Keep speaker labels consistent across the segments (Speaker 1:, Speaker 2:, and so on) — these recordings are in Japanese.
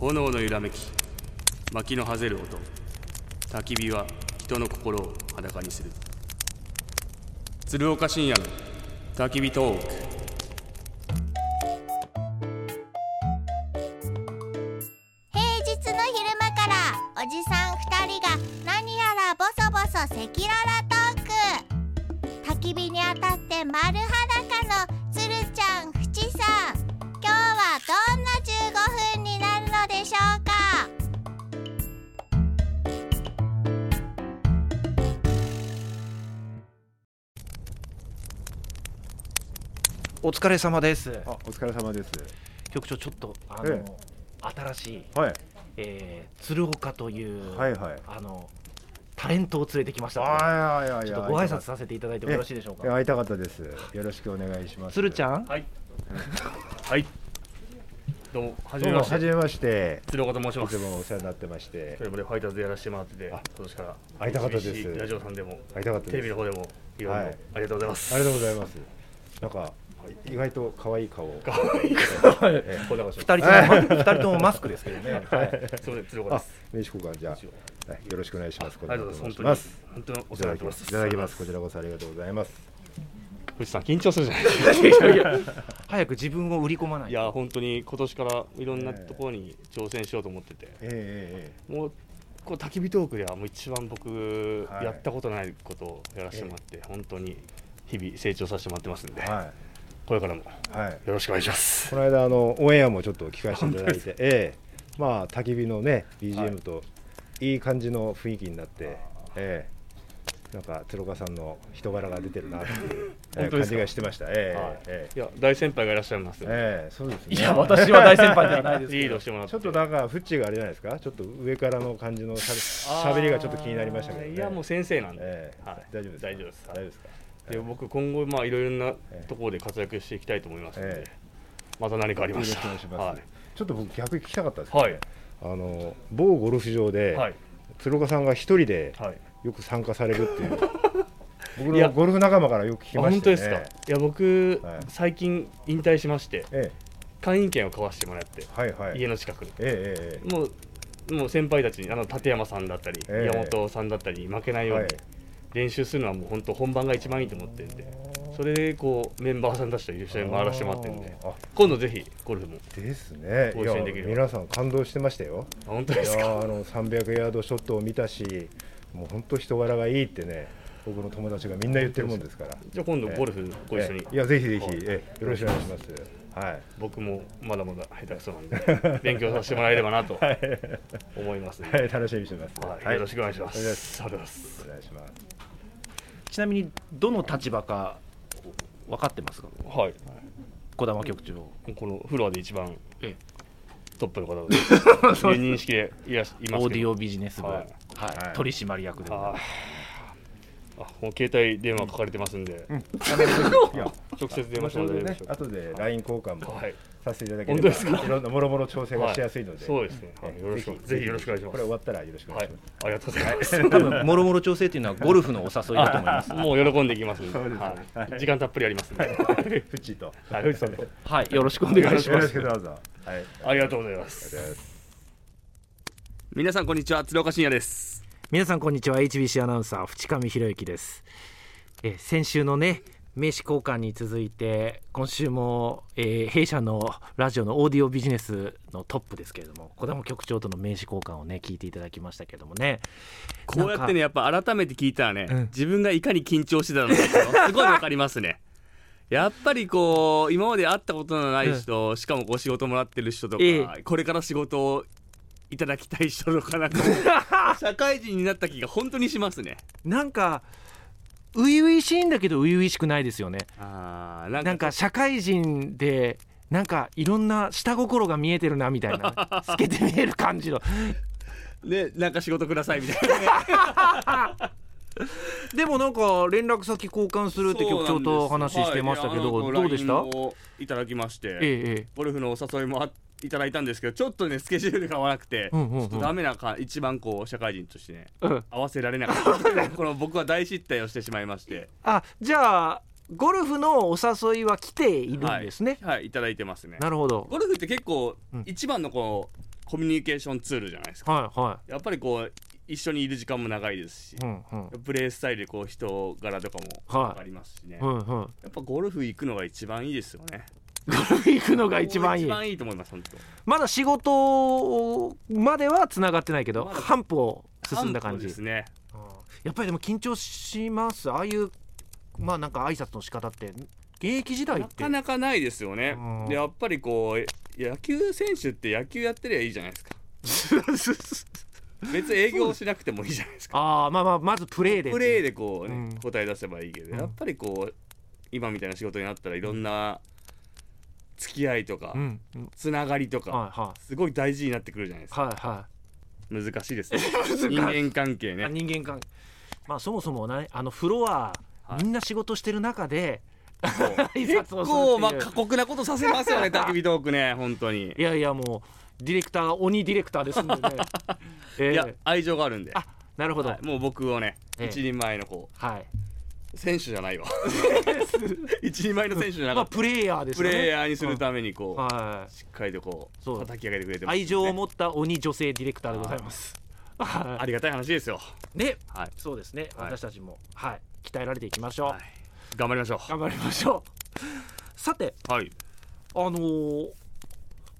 Speaker 1: 炎の揺らめき薪のはぜる音焚き火は人の心を裸にする鶴岡深夜の焚き火トーク
Speaker 2: 平日の昼間からおじさん2人が何やらボソボソ赤裸々トーク焚き火に当たって丸裸のつるちゃんふちさん今日はどんな15分になるのでしょうか
Speaker 3: お疲れ様です。
Speaker 4: あ、お疲れ様です。
Speaker 3: 局長、ちょっと、あの、
Speaker 4: え
Speaker 3: 新しい、
Speaker 4: はい。
Speaker 3: えー、鶴岡という、
Speaker 4: はいはい
Speaker 3: あの、タレントを連れてきましたので。
Speaker 4: あいやいやい
Speaker 3: ち
Speaker 4: や。
Speaker 3: ょっとご挨拶させていただいても
Speaker 4: え
Speaker 3: よろしいでしょう
Speaker 4: え
Speaker 3: か。
Speaker 4: 会いたかったです。よろしくお願いします。
Speaker 3: 鶴ちゃん、
Speaker 1: はいはいどうもはじ
Speaker 4: どう
Speaker 1: め
Speaker 4: も
Speaker 1: まし
Speaker 4: はじ
Speaker 1: て
Speaker 4: めまして。
Speaker 1: 鶴岡と申し
Speaker 4: い
Speaker 1: ま
Speaker 4: つ
Speaker 1: す
Speaker 4: もお世話になってまして
Speaker 1: そ。れまでファイターズでやらせてもらってて今年から
Speaker 4: 会いたかったです
Speaker 1: BBC ラジオさんでも
Speaker 4: 会いたかったです。
Speaker 1: テレビの方でもいろいろ、
Speaker 4: はい
Speaker 1: ありがとうございます
Speaker 4: ありがとうございます。なんか意外と可愛い顔。
Speaker 1: ええこんな場所
Speaker 3: 二人ともま、二人ともマスクですけどね。はい
Speaker 1: すみません鶴岡
Speaker 4: あ
Speaker 1: です、
Speaker 4: 名刺交換じゃ
Speaker 1: 一応
Speaker 4: あ、はい、よろしくお願いします。
Speaker 1: ありがとうございます本
Speaker 4: こ
Speaker 1: 当
Speaker 4: ち
Speaker 1: に
Speaker 4: らこそお願い
Speaker 1: 本当
Speaker 4: し
Speaker 1: にお
Speaker 4: ま
Speaker 1: 世話になってま
Speaker 4: すいただきますす。いただきます。こちらこそありがとうございます。
Speaker 1: 藤さん緊張するじゃないですか
Speaker 3: 早く自分を売り込まないい。
Speaker 1: や本当に今年からいろんなところに挑戦しようと思ってて、
Speaker 4: えええええ
Speaker 1: もうこう焚き火トークではもう一番僕
Speaker 4: はい
Speaker 1: やったことないことをやらせてもらって、本当に日々成長させてもらってますんで、
Speaker 4: えは
Speaker 1: これからもよ
Speaker 4: いはい。
Speaker 1: ろしくお願いします。
Speaker 4: この間あのオンエアもちょっと聞かせていただいて、ええまあ焚き火のね BGM といい感じの雰囲気になって、ええなんか鶴岡さんの人柄が出てるなっていう、ええ
Speaker 1: 本当で
Speaker 4: 感
Speaker 1: すか
Speaker 4: じがしてました。ええ
Speaker 1: はい
Speaker 4: え
Speaker 1: いや大先輩がいらっしゃいます
Speaker 4: え
Speaker 1: よ、
Speaker 4: ええそうですね。
Speaker 3: いや私は大先輩ではないです
Speaker 1: リ
Speaker 3: け
Speaker 1: ード
Speaker 3: ど
Speaker 1: してもらって
Speaker 4: ちょっとなんかフッチーがあれじゃないですか。ちょっと上からの感じのしゃべ
Speaker 1: あー
Speaker 4: 喋りがちょっと気になりましたけど、ね。
Speaker 1: いやもう先生なんで、
Speaker 4: ええ
Speaker 1: はい
Speaker 4: 大丈夫ですか。
Speaker 1: 大丈夫です
Speaker 4: 大丈夫ですか。
Speaker 1: で僕今後まあいろいろなところで活躍していきたいと思いますので、
Speaker 4: ええ
Speaker 1: また何かあり
Speaker 4: よ
Speaker 1: ま
Speaker 4: ろ
Speaker 1: し
Speaker 4: したくお
Speaker 1: ら
Speaker 4: 願いします。
Speaker 1: はい
Speaker 4: ちょっと僕逆に聞きたかったんですけど、
Speaker 1: はい
Speaker 4: あの某ゴルフ場で、
Speaker 1: はい
Speaker 4: 鶴岡さんが一人で。
Speaker 1: はい
Speaker 4: よく参加されるっていう 僕
Speaker 1: いや
Speaker 4: のゴルフ仲間からよく聞き
Speaker 1: あ
Speaker 4: まし
Speaker 1: 本
Speaker 4: た
Speaker 1: 当
Speaker 4: ね
Speaker 1: ですかいや僕、
Speaker 4: はい
Speaker 1: 最近引退しまして
Speaker 4: え
Speaker 1: 会員権を買わせてもらって、
Speaker 4: えはいはい
Speaker 1: 家
Speaker 4: え
Speaker 1: の近くに
Speaker 4: ええ
Speaker 1: もうもう先輩たちにあの立山さんだったり、
Speaker 4: ええ
Speaker 1: 山本さんだったりに負けない
Speaker 4: え
Speaker 1: よう
Speaker 4: は
Speaker 1: に、
Speaker 4: い
Speaker 1: 練習するのはもう本当本番が一番いいと思ってるんでそれでこうメンバーさんたちと一緒に回らせてもらってるんで
Speaker 4: あ
Speaker 1: 今度ぜひゴルフも
Speaker 4: ですねい
Speaker 1: ご一緒にでき
Speaker 4: や
Speaker 1: る
Speaker 4: 皆さん感動してましたよ
Speaker 1: あ本当
Speaker 4: いや
Speaker 1: ですか
Speaker 4: ーあの300ヤードショットを見たしもう本当人柄がいいってね僕の友達がみんな言ってるもんですから
Speaker 1: じゃあ今度ゴルフご一緒に、
Speaker 4: ええいやぜひぜひ、
Speaker 1: はい
Speaker 4: ええよろしくお願いしますはい
Speaker 1: 僕もまだまだ下手くそなんで 勉強させてもらえればなと思いますん
Speaker 4: は
Speaker 1: で、
Speaker 4: い楽しみにしてます、
Speaker 1: はい、よろしくお願いしま
Speaker 4: お願 いし
Speaker 1: す、ありがとうございます
Speaker 4: お願いします
Speaker 3: ちなみに、どの立場か。分かってますか。
Speaker 1: はい
Speaker 3: 児玉局長。
Speaker 1: このフロアで一番
Speaker 3: え
Speaker 1: トップの 方でという認識でいらっしいますけど
Speaker 3: オーディオビジネス部。
Speaker 1: は
Speaker 3: はいい。
Speaker 4: はい
Speaker 3: 取締役でござい
Speaker 1: あ
Speaker 3: ます。
Speaker 1: ーあもう携帯電話書かれてますんで、
Speaker 4: いや
Speaker 1: 直接電話して
Speaker 4: 後
Speaker 1: もら
Speaker 4: で
Speaker 1: いま
Speaker 4: ね
Speaker 1: しょう
Speaker 4: 後で LINE 交換も
Speaker 1: はい
Speaker 4: させていただけれ
Speaker 1: 本当
Speaker 4: ば、
Speaker 1: ですか
Speaker 4: いろんなもろもろ調整がしやすいので、
Speaker 1: そうですね、はい、よろしくぜひよろしくお願いしま
Speaker 4: こ
Speaker 1: す
Speaker 4: れ終わったらよろしくお
Speaker 1: は
Speaker 4: 願い
Speaker 1: い
Speaker 4: します。
Speaker 1: ありがとうございます
Speaker 3: 多分もろもろ調整というのはゴルフのお誘いだと思います。
Speaker 1: もう喜んでいきますんで
Speaker 4: そうですね
Speaker 1: はい
Speaker 4: はい
Speaker 1: 時間たっぷりありますんで、
Speaker 4: フッチーと。
Speaker 1: はい藤さんと
Speaker 3: はい、よろしくお願いし
Speaker 4: よ
Speaker 3: ま
Speaker 4: ろ
Speaker 3: す
Speaker 4: し。くどうぞ。はい。
Speaker 1: ありがとうございます皆さんこんにちは鶴岡信也です
Speaker 5: 皆さんこんにちは HBC アナウンサー淵上博之ですえー先週のね名刺交換に続いて今週も、えー弊社のラジオのオーディオビジネスのトップですけれども児玉局長との名刺交換をね聞いていただきましたけれどもね
Speaker 1: こうやってねやっぱ改めて聞いたらね、
Speaker 5: うん
Speaker 1: 自分がいかに緊張してたのかっていうのすごいわかりますね やっぱりこう今まで会ったことのない人、しかもお仕事もらってる人とか、
Speaker 5: え
Speaker 1: これから仕事をいただきたい人とかなんか 社会人になった気が本当にしますね
Speaker 5: なんか初々しいんだけど初々しくないですよね
Speaker 1: あーなんか
Speaker 5: なんか社会人でなんかいろんな下心が見えてるなみたいな透けて見える感じの
Speaker 1: ねなんか仕事くださいみ たいなね
Speaker 5: でもなんか連絡先交換するって局長と話してましたけど、
Speaker 1: はい
Speaker 5: どうでした、
Speaker 1: いやあの LINE をいただきまして、
Speaker 5: えええ
Speaker 1: ゴルフのお誘いもあいただいたんですけどちょっとねスケジュールが合わなくて、
Speaker 5: うんうんうん
Speaker 1: ちょっとダメなか一番こう社会人としてね
Speaker 5: えうん、
Speaker 1: 合わせられなかった この僕は大失態をしてしまいまして
Speaker 5: あじゃあゴルフのお誘いは来ているんですね、
Speaker 1: はい、はい、いただいてますね
Speaker 5: なるほど
Speaker 1: ゴルフって結構
Speaker 5: うん
Speaker 1: 一番のこうコミュニケーションツールじゃないですか
Speaker 5: はいは
Speaker 1: やっぱりこう一緒にいる時間も長いですし
Speaker 5: い。う、んうん。
Speaker 1: プレースタイルでこう人柄とかも
Speaker 5: はい
Speaker 1: 分かりますしね、
Speaker 5: うんうん。
Speaker 1: やっぱゴルフ行くのが一番いいですよね
Speaker 5: 行くのが一番いい
Speaker 1: 一。番いいと思います本当
Speaker 5: まだ仕事まではつながってないけど、
Speaker 1: まだ
Speaker 5: 半歩進んだ感
Speaker 1: 半歩
Speaker 5: じ
Speaker 1: です。ね
Speaker 5: うんやっぱりでも緊張します。ああいうまあなんか挨拶の仕方って現役時代っ
Speaker 1: な
Speaker 5: て。
Speaker 1: かなかないですよね
Speaker 5: うん
Speaker 1: でやっぱりこう野球選手って野球やってりゃいいじゃないですか別に営業しなくてもいいじゃないですか
Speaker 5: ああまあまあまずプレーで。
Speaker 1: プレーでこうね、
Speaker 5: うん
Speaker 1: 答え出せばいいけど、
Speaker 5: うん
Speaker 1: やっぱりこう今みたいな仕事になったらいろんな付き合いとか、
Speaker 5: うん。うん
Speaker 1: つながりとか、
Speaker 5: はいは
Speaker 1: すごい大事になってくるじゃないです
Speaker 5: い
Speaker 1: か
Speaker 5: はいはい。
Speaker 1: 難しいです ね
Speaker 5: しい
Speaker 1: 人間関係ね
Speaker 5: あ人間関係まあそもそもねあのフロア、
Speaker 1: はい
Speaker 5: みんな仕事してる中で
Speaker 1: そう結
Speaker 5: 挨拶をするっていう
Speaker 1: 構まあ過酷なことさせますよ ね焚き火トークね本当に
Speaker 5: いやいやもうディレクターが鬼ディレクターです んでね、えー
Speaker 1: いや愛情があるんで、
Speaker 5: あなるほどは
Speaker 1: はいい、、もう僕をね、
Speaker 5: ええ
Speaker 1: 一人前のこう選手じゃない わ一人前の選手じゃなか
Speaker 5: まあ
Speaker 1: った、
Speaker 5: プレイヤーです
Speaker 1: プ
Speaker 5: よね
Speaker 1: レイヤーにするためにこう、
Speaker 5: は
Speaker 1: しっかりとこう
Speaker 5: そう
Speaker 1: 叩き上げてくれて
Speaker 5: い
Speaker 1: ますね
Speaker 5: 愛情を持った鬼女性ディレクターでございますは
Speaker 1: ありがたい話ですよ
Speaker 5: いね
Speaker 1: はい、
Speaker 5: そうですね、
Speaker 1: はい
Speaker 5: 私たちもはい鍛えられていきましょう、
Speaker 1: はい、頑張りましょ
Speaker 5: 頑張りましょうさて
Speaker 1: うはい
Speaker 5: あのー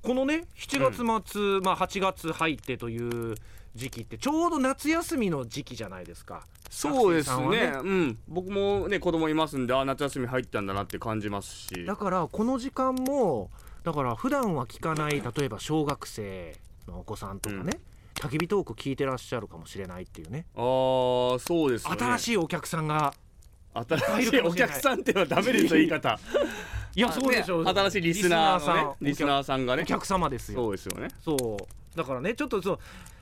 Speaker 5: このね7月末、まあ、8月入ってという時期ってちょうど夏休みの時期じゃないですか
Speaker 1: そうです
Speaker 5: 学生さんは
Speaker 1: ねうん僕もね子供いますんであ夏休み入ったんだなって感じますし
Speaker 5: だからこの時間もだから普段は聞かない例えば小学生のお子さんとかね、
Speaker 1: うん
Speaker 5: 焚き火トーク聞いてらっしゃるかもしれないっていうね
Speaker 1: あーそうですよね
Speaker 5: 新しいお客さんが
Speaker 1: 新し
Speaker 5: 入
Speaker 1: い
Speaker 5: るか
Speaker 1: お
Speaker 5: もしれない
Speaker 1: 客さんっていうのはダメですよ言い方
Speaker 5: いやそうでしょう、
Speaker 1: ね新しいリスナーのね
Speaker 5: リ
Speaker 1: リ
Speaker 5: ス
Speaker 1: ス
Speaker 5: ナー
Speaker 1: ナ
Speaker 5: さん
Speaker 1: ーさんが
Speaker 5: お
Speaker 1: ね
Speaker 5: 客様ですよ
Speaker 1: そうですよね
Speaker 5: そうだからねちょっとそう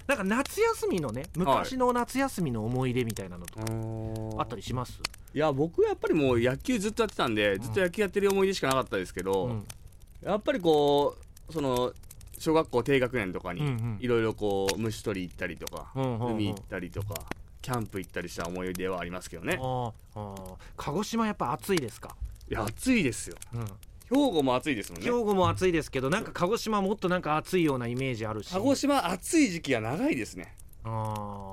Speaker 5: なんか夏休みのね昔の夏休みの思い出みたいなのとかあったりします、
Speaker 1: いや僕はやっぱりもう野球ずっとやってたんでずっと野球やってる思い出しかなかったですけど、
Speaker 5: うん
Speaker 1: やっぱりこうその小学校低学年とか
Speaker 5: うんう
Speaker 1: に
Speaker 5: ん
Speaker 1: いろいろこう虫取り行ったりとか、
Speaker 5: うんうんうん
Speaker 1: 海行ったりとかキャンプ行ったりした思い出はありますけどね
Speaker 5: あーあー鹿児島やっぱ暑いですか、
Speaker 1: いや暑いですよ
Speaker 5: うん、
Speaker 1: 兵庫も暑いですもん
Speaker 5: 兵
Speaker 1: ね
Speaker 5: 庫も暑いですけどなんか鹿児島もっとなんか暑いようなイメージあるし
Speaker 1: 鹿児島暑い時期が長いですね、
Speaker 5: あ
Speaker 1: は、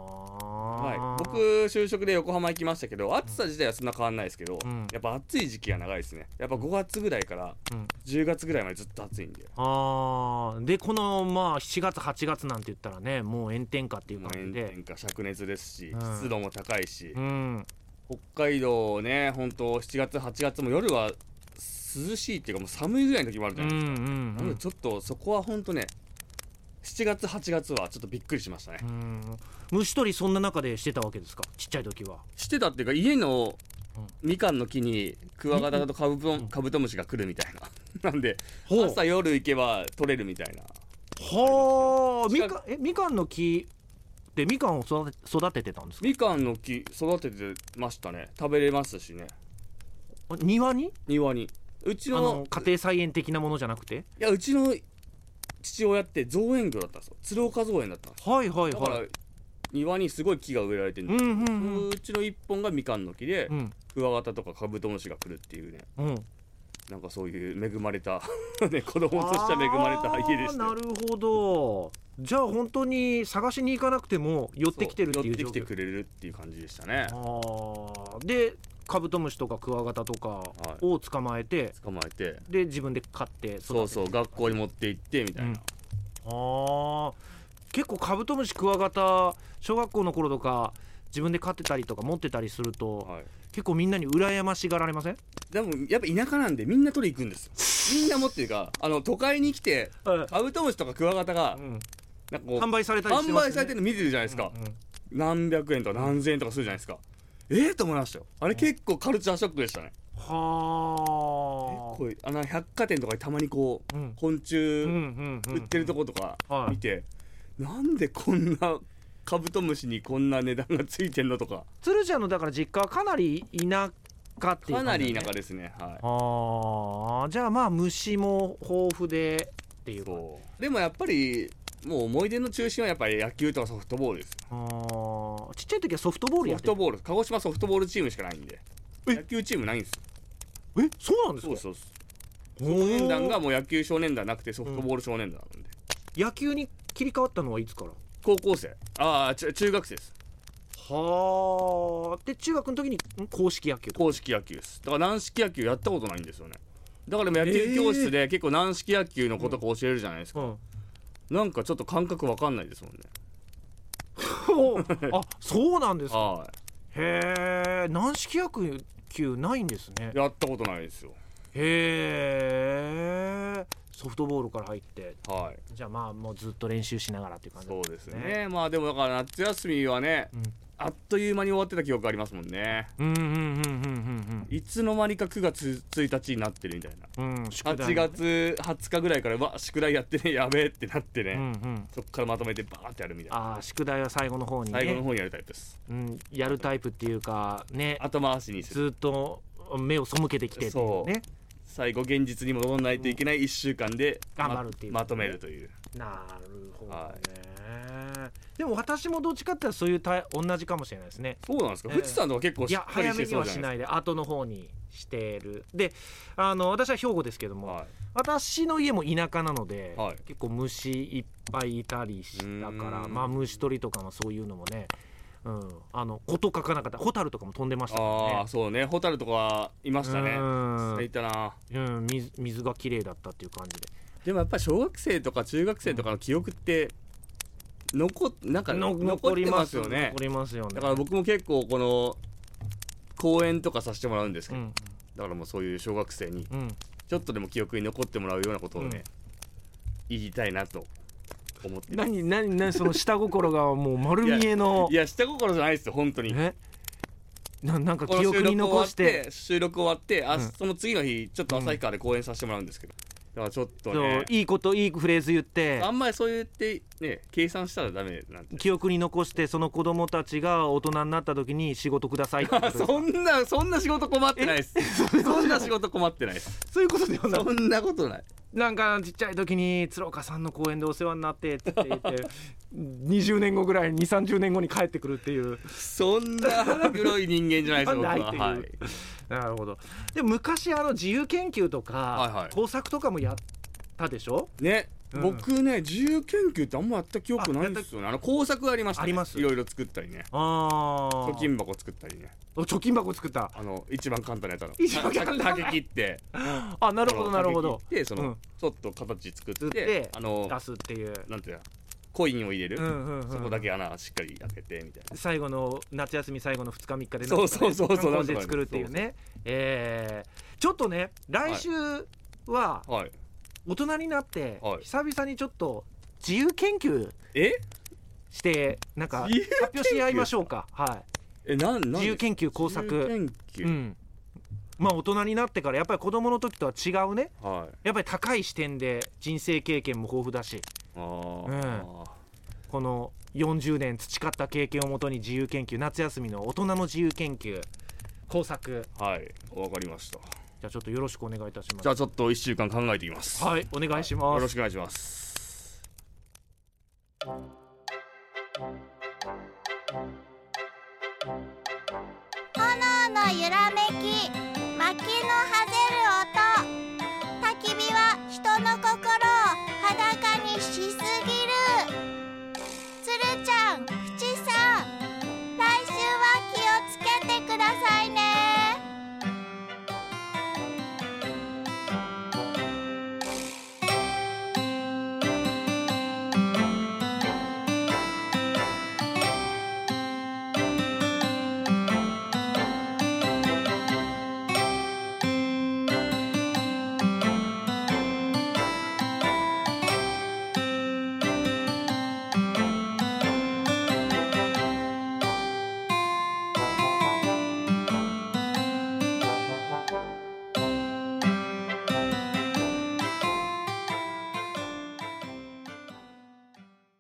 Speaker 5: はい
Speaker 1: 僕就職で横浜行きましたけど暑さ自体はそんな変わんないですけど、
Speaker 5: うん
Speaker 1: やっぱ暑い時期が長いですねやっぱ5月ぐらいから
Speaker 5: うん
Speaker 1: 10月ぐらいまでずっと暑いんで
Speaker 5: あーでこのまあ7月8月なんて言ったらねもう炎天下っていう
Speaker 1: もう
Speaker 5: 感じ
Speaker 1: 炎
Speaker 5: で
Speaker 1: 天下灼熱ですし、
Speaker 5: うん
Speaker 1: 湿度も高いし、
Speaker 5: うん
Speaker 1: 北海道ね本当7月8月も夜は涼しいっていうかもう寒いぐらいの時もあるじ
Speaker 5: うん
Speaker 1: ゃ
Speaker 5: う
Speaker 1: ないですか、
Speaker 5: んう
Speaker 1: なの
Speaker 5: ん
Speaker 1: でちょっとそこは本当ね7月8月はちょっとびっくりしましたね、
Speaker 5: うん虫取りそんな中でしてたわけですかちっちゃい時は
Speaker 1: してたっていうか家の
Speaker 5: うん
Speaker 1: みかんの木にクワガタとカブトカブトムシが来るみたいな なんで
Speaker 5: ほう
Speaker 1: 朝夜行けば取れるみたいな
Speaker 5: はあみ
Speaker 1: 近く
Speaker 5: かんえみかんの木でみかんを育て育ててたんですか
Speaker 1: みかんの木育ててましたね食べれますしね
Speaker 5: 庭に
Speaker 1: 庭にうち
Speaker 5: あの
Speaker 1: の
Speaker 5: 家庭菜園的なものじゃなくて
Speaker 1: いやうちの父親って造園業だったんですよ鶴岡造園だったんです
Speaker 5: はいはい
Speaker 1: だか
Speaker 5: は
Speaker 1: ら
Speaker 5: い
Speaker 1: 庭にすごい木が植えられてるん
Speaker 5: うん
Speaker 1: です
Speaker 5: うんう
Speaker 1: うんうちの一本がみかんの木で、
Speaker 5: うん
Speaker 1: クワガタとかカブトムシが来るっていうね
Speaker 5: うん
Speaker 1: なんかそういう恵まれた ね子供としては恵まれた家でし
Speaker 5: あーな
Speaker 1: た
Speaker 5: るほどじゃあ本当に探しに行かなくても寄ってきてるっていう
Speaker 1: 寄
Speaker 5: 状況
Speaker 1: ってきてくれるっていう感じでしたね
Speaker 5: あーでカブトムシとかクワガタとか
Speaker 1: い
Speaker 5: を捕まえて、
Speaker 1: 捕まえて
Speaker 5: で自分で飼って育てて
Speaker 1: そうそう学校に持って行ってみたいな、
Speaker 5: うんあー結構カブトムシクワガタ小学校の頃とか自分で飼ってたりとか持ってたりすると、
Speaker 1: はい、
Speaker 5: 結構みんなに羨ましがられません
Speaker 1: でもやっぱ田舎なんでみんな取り行くんですよみんな持ってるからあの都会に来て
Speaker 5: うん
Speaker 1: カブトムシとかクワガタが
Speaker 5: うん
Speaker 1: なんかこう
Speaker 5: 販売されたりして
Speaker 1: 販
Speaker 5: ます、ね、
Speaker 1: 売されてるの見てるじゃないですか、
Speaker 5: うん
Speaker 1: 何百円とか何千円とかするじゃないですかええと思いましたよあれ結構カルチャーショックでしたね
Speaker 5: は
Speaker 1: こうあの百貨店とかにたまにこう、
Speaker 5: うん
Speaker 1: 昆虫
Speaker 5: あ
Speaker 1: 売
Speaker 5: 売
Speaker 1: ってるとことか
Speaker 5: はい
Speaker 1: 見て、なんでこんなカブトムシにこんな値段がついてんのとか
Speaker 5: 鶴ちゃんのだから実家はかなり田舎っていう
Speaker 1: かな
Speaker 5: 感
Speaker 1: り
Speaker 5: じだよね、
Speaker 1: 田舎ですねは
Speaker 5: ああじゃあまあ虫も豊富でってい
Speaker 1: いう
Speaker 5: か
Speaker 1: そうでもやっぱりもう思い出の中心はやっぱり野球とかソフトボールです
Speaker 5: あーちっちゃい時はソフトボール
Speaker 1: ソ
Speaker 5: やっ
Speaker 1: フ
Speaker 5: てた
Speaker 1: トボール鹿児島ソフトボールチームしかないんで
Speaker 5: え
Speaker 1: 野球チームないんですよ
Speaker 5: えそうなんです
Speaker 1: そうで
Speaker 5: か
Speaker 1: すそうです
Speaker 5: 少
Speaker 1: 少年団がもう野球少年団なくてソフトボール少年団なんで、
Speaker 5: 野球に切り替わったのはいつから
Speaker 1: 高校生ああちゅ中学生です
Speaker 5: はあで中学の時にん硬式野球
Speaker 1: 硬式野球ですだから軟式野球やったことないんですよねだからでも野球教室で結構軟式野球の子とか教えるじゃないですか、
Speaker 5: うん、
Speaker 1: なんかちょっと感覚わかんないですもんね
Speaker 5: ほ うあそうなんですか
Speaker 1: は
Speaker 5: へえ軟式野球ないんですね
Speaker 1: いやったことないですよ
Speaker 5: へえソフトボールから入って
Speaker 1: はい
Speaker 5: じゃあまあもうずっと練習しながらっていう感じ
Speaker 1: そうですねまあでもだから夏休みはね、
Speaker 5: ん
Speaker 1: あっという間に終わってた記憶ありますもんね
Speaker 5: うんうんうんうん
Speaker 1: いつの間にか9月1日になってるみたいな
Speaker 5: うんうんうん宿題
Speaker 1: 8
Speaker 5: も
Speaker 1: 月20日ぐらいからうわ宿題やってねやべえってなってね、
Speaker 5: うんうん
Speaker 1: そっからまとめてバーってやるみたいな
Speaker 5: ああ宿題は最後の方にね
Speaker 1: 最後の方にやるタイプです
Speaker 5: うん、やるタイプっていうかね
Speaker 1: 頭回しにする
Speaker 5: ずっと目を背けてきてっていうね
Speaker 1: 最後現実に戻らないといけない1週間で
Speaker 5: 頑
Speaker 1: ま
Speaker 5: 張るっていう
Speaker 1: まとめるという
Speaker 5: なるほどね、でも私もどっちかっていうとそういうタイ同じかもしれないですね
Speaker 1: そうなんですか、
Speaker 5: ええ
Speaker 1: 富士山とか結構
Speaker 5: い
Speaker 1: しっ
Speaker 5: や
Speaker 1: かり
Speaker 5: 早
Speaker 1: し
Speaker 5: め
Speaker 1: て
Speaker 5: に
Speaker 1: そう
Speaker 5: は
Speaker 1: じゃ
Speaker 5: し
Speaker 1: ない
Speaker 5: ないで後の方にしてるであの私は兵庫ですけども、
Speaker 1: はい
Speaker 5: 私の家も田舎なので、
Speaker 1: はい
Speaker 5: 結構虫いっぱいいたりしたから
Speaker 1: うん
Speaker 5: まあ虫取りとかもそういうのもね、うん、あのこと書かなかったホタルとかも飛んでましたから
Speaker 1: ああ
Speaker 5: ね
Speaker 1: ーそうね蛍とかいましたね
Speaker 5: うん
Speaker 1: いたな
Speaker 5: うん、水水が綺麗だったっていう感じで
Speaker 1: でもやっぱり小学生とか中学生とかの記憶って残っなんか
Speaker 5: の
Speaker 1: 残ってますよね
Speaker 5: 残りますよね
Speaker 1: だから僕も結構この講演とかさせてもらうんですけ
Speaker 5: う
Speaker 1: ど、
Speaker 5: ん
Speaker 1: だからもうそういう小学生に
Speaker 5: うん
Speaker 1: ちょっとでも記憶に残ってもらうようなことをね、言いたいなと思ってます
Speaker 5: 何何何その下心がもう丸見えの
Speaker 1: いや下心じゃないですよ本当に
Speaker 5: えななんか
Speaker 1: この
Speaker 5: 記憶に残して
Speaker 1: 収録終わって収録終わってあ、
Speaker 5: うん
Speaker 1: その次の日ちょっと旭川で講演させてもらうんですけど、だからちょっと
Speaker 5: そう
Speaker 1: ね
Speaker 5: いいこといいフレーズ言って
Speaker 1: あんまりそう言ってね計算したらダメなんて
Speaker 5: 記憶に残してその子供たちが大人になった時に仕事くださいってこ
Speaker 1: あ
Speaker 5: と ですか
Speaker 1: そんなそんな仕事困ってないですそんな仕事困ってないです
Speaker 5: そういうことではない
Speaker 1: そんなことない
Speaker 5: なんかちっちゃい時に鶴岡さんの公園でお世話になってって言って20年後ぐらい2三3 0年後に帰ってくるっていう
Speaker 1: そんな腹黒い人間じゃないです僕
Speaker 5: な
Speaker 1: は、
Speaker 5: いっていう
Speaker 1: はい、
Speaker 5: なるほどで昔あの自由研究とか、
Speaker 1: はいはい
Speaker 5: 工作とかもやったでしょ
Speaker 1: ね、
Speaker 5: うん
Speaker 1: 僕ね自由研究ってあんまやった記憶ないんですよねあの工作ありました、ね、
Speaker 5: あります
Speaker 1: いろいろ作ったりね
Speaker 5: ああ
Speaker 1: 貯金箱作ったりね
Speaker 5: 貯金箱作った
Speaker 1: あの一番簡単なやつあの
Speaker 5: 一番簡単な
Speaker 1: 竹切って
Speaker 5: あ
Speaker 1: な
Speaker 5: なるほどなるほど
Speaker 1: でその、
Speaker 5: うん
Speaker 1: ちょっと形作って
Speaker 5: 作って
Speaker 1: あの
Speaker 5: 出すっていう
Speaker 1: なんていうのコインを入れる、
Speaker 5: うんうんうん
Speaker 1: そこだけ穴しっかり開けてみたいな
Speaker 5: 最後の夏休み最後の2日3日で
Speaker 1: そうそうそうそう
Speaker 5: なんとかね観光地で作るっていうねえーちょっとね来週は
Speaker 1: はい
Speaker 5: 大人になって、
Speaker 1: はい
Speaker 5: 久々にちょっと自由研究
Speaker 1: え
Speaker 5: してなんか
Speaker 1: 自由
Speaker 5: 発表し合いましょうかはい
Speaker 1: えなんなん
Speaker 5: 自由研究工作
Speaker 1: 自由研究、
Speaker 5: うん、まあ大人になってからやっぱり子供の時とは違うね
Speaker 1: はい
Speaker 5: やっぱり高い視点で人生経験も豊富だし
Speaker 1: あー、
Speaker 5: うん
Speaker 1: あー
Speaker 5: この40年培った経験をもとに自由研究夏休みの大人の自由研究工作
Speaker 1: はいわかりました
Speaker 5: じゃあちょっとよろしくお願いいたしま
Speaker 1: じゃあちょっと1週間考えていきます
Speaker 5: すはいお願いし
Speaker 1: よ
Speaker 5: ま
Speaker 1: ろ
Speaker 5: す
Speaker 1: しくお願いします
Speaker 2: 炎の揺らめ